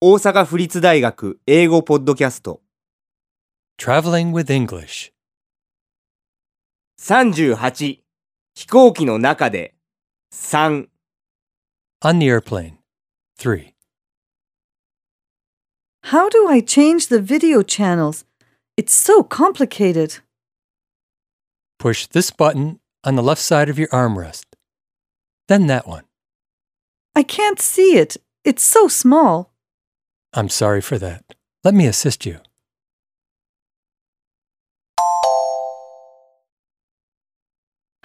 大阪府立大学英語ポッドキャスト Traveling with English. 38飛行機の中で3 On the airplane. 3. How do I change the video channels? It's so complicated. Push this button on the left side of your armrest. Then that one. I can't see it. It's so small. I'm sorry for that. Let me assist you.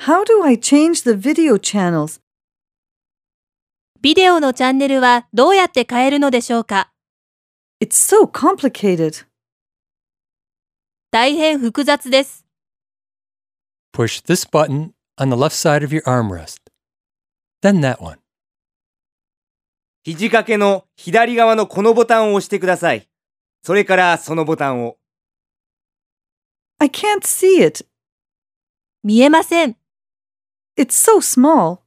how do I change the video channels? ビデオのチャンネルはどうやって変えるのでしょうか It's so complicated. 大変複雑です。 Push this button on the left side of your armrest. Then that one. 肘掛けの左側のこのボタンを押してくださいそれからそのボタンを I can't see it. 見えません。 It's so small.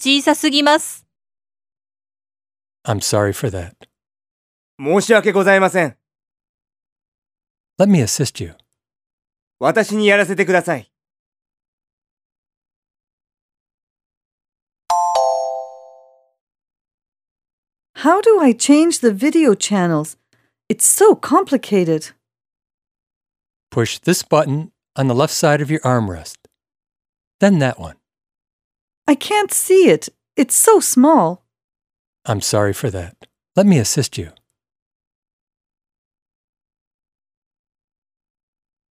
小さすぎます。 I'm sorry for that. 申し訳ございません Let me assist you. 私にやらせてください how do I change the video channels? It's so complicated. Push this button on the left side of your armrest. Then that one. I can't see it. It's so small. I'm sorry for that. Let me assist you.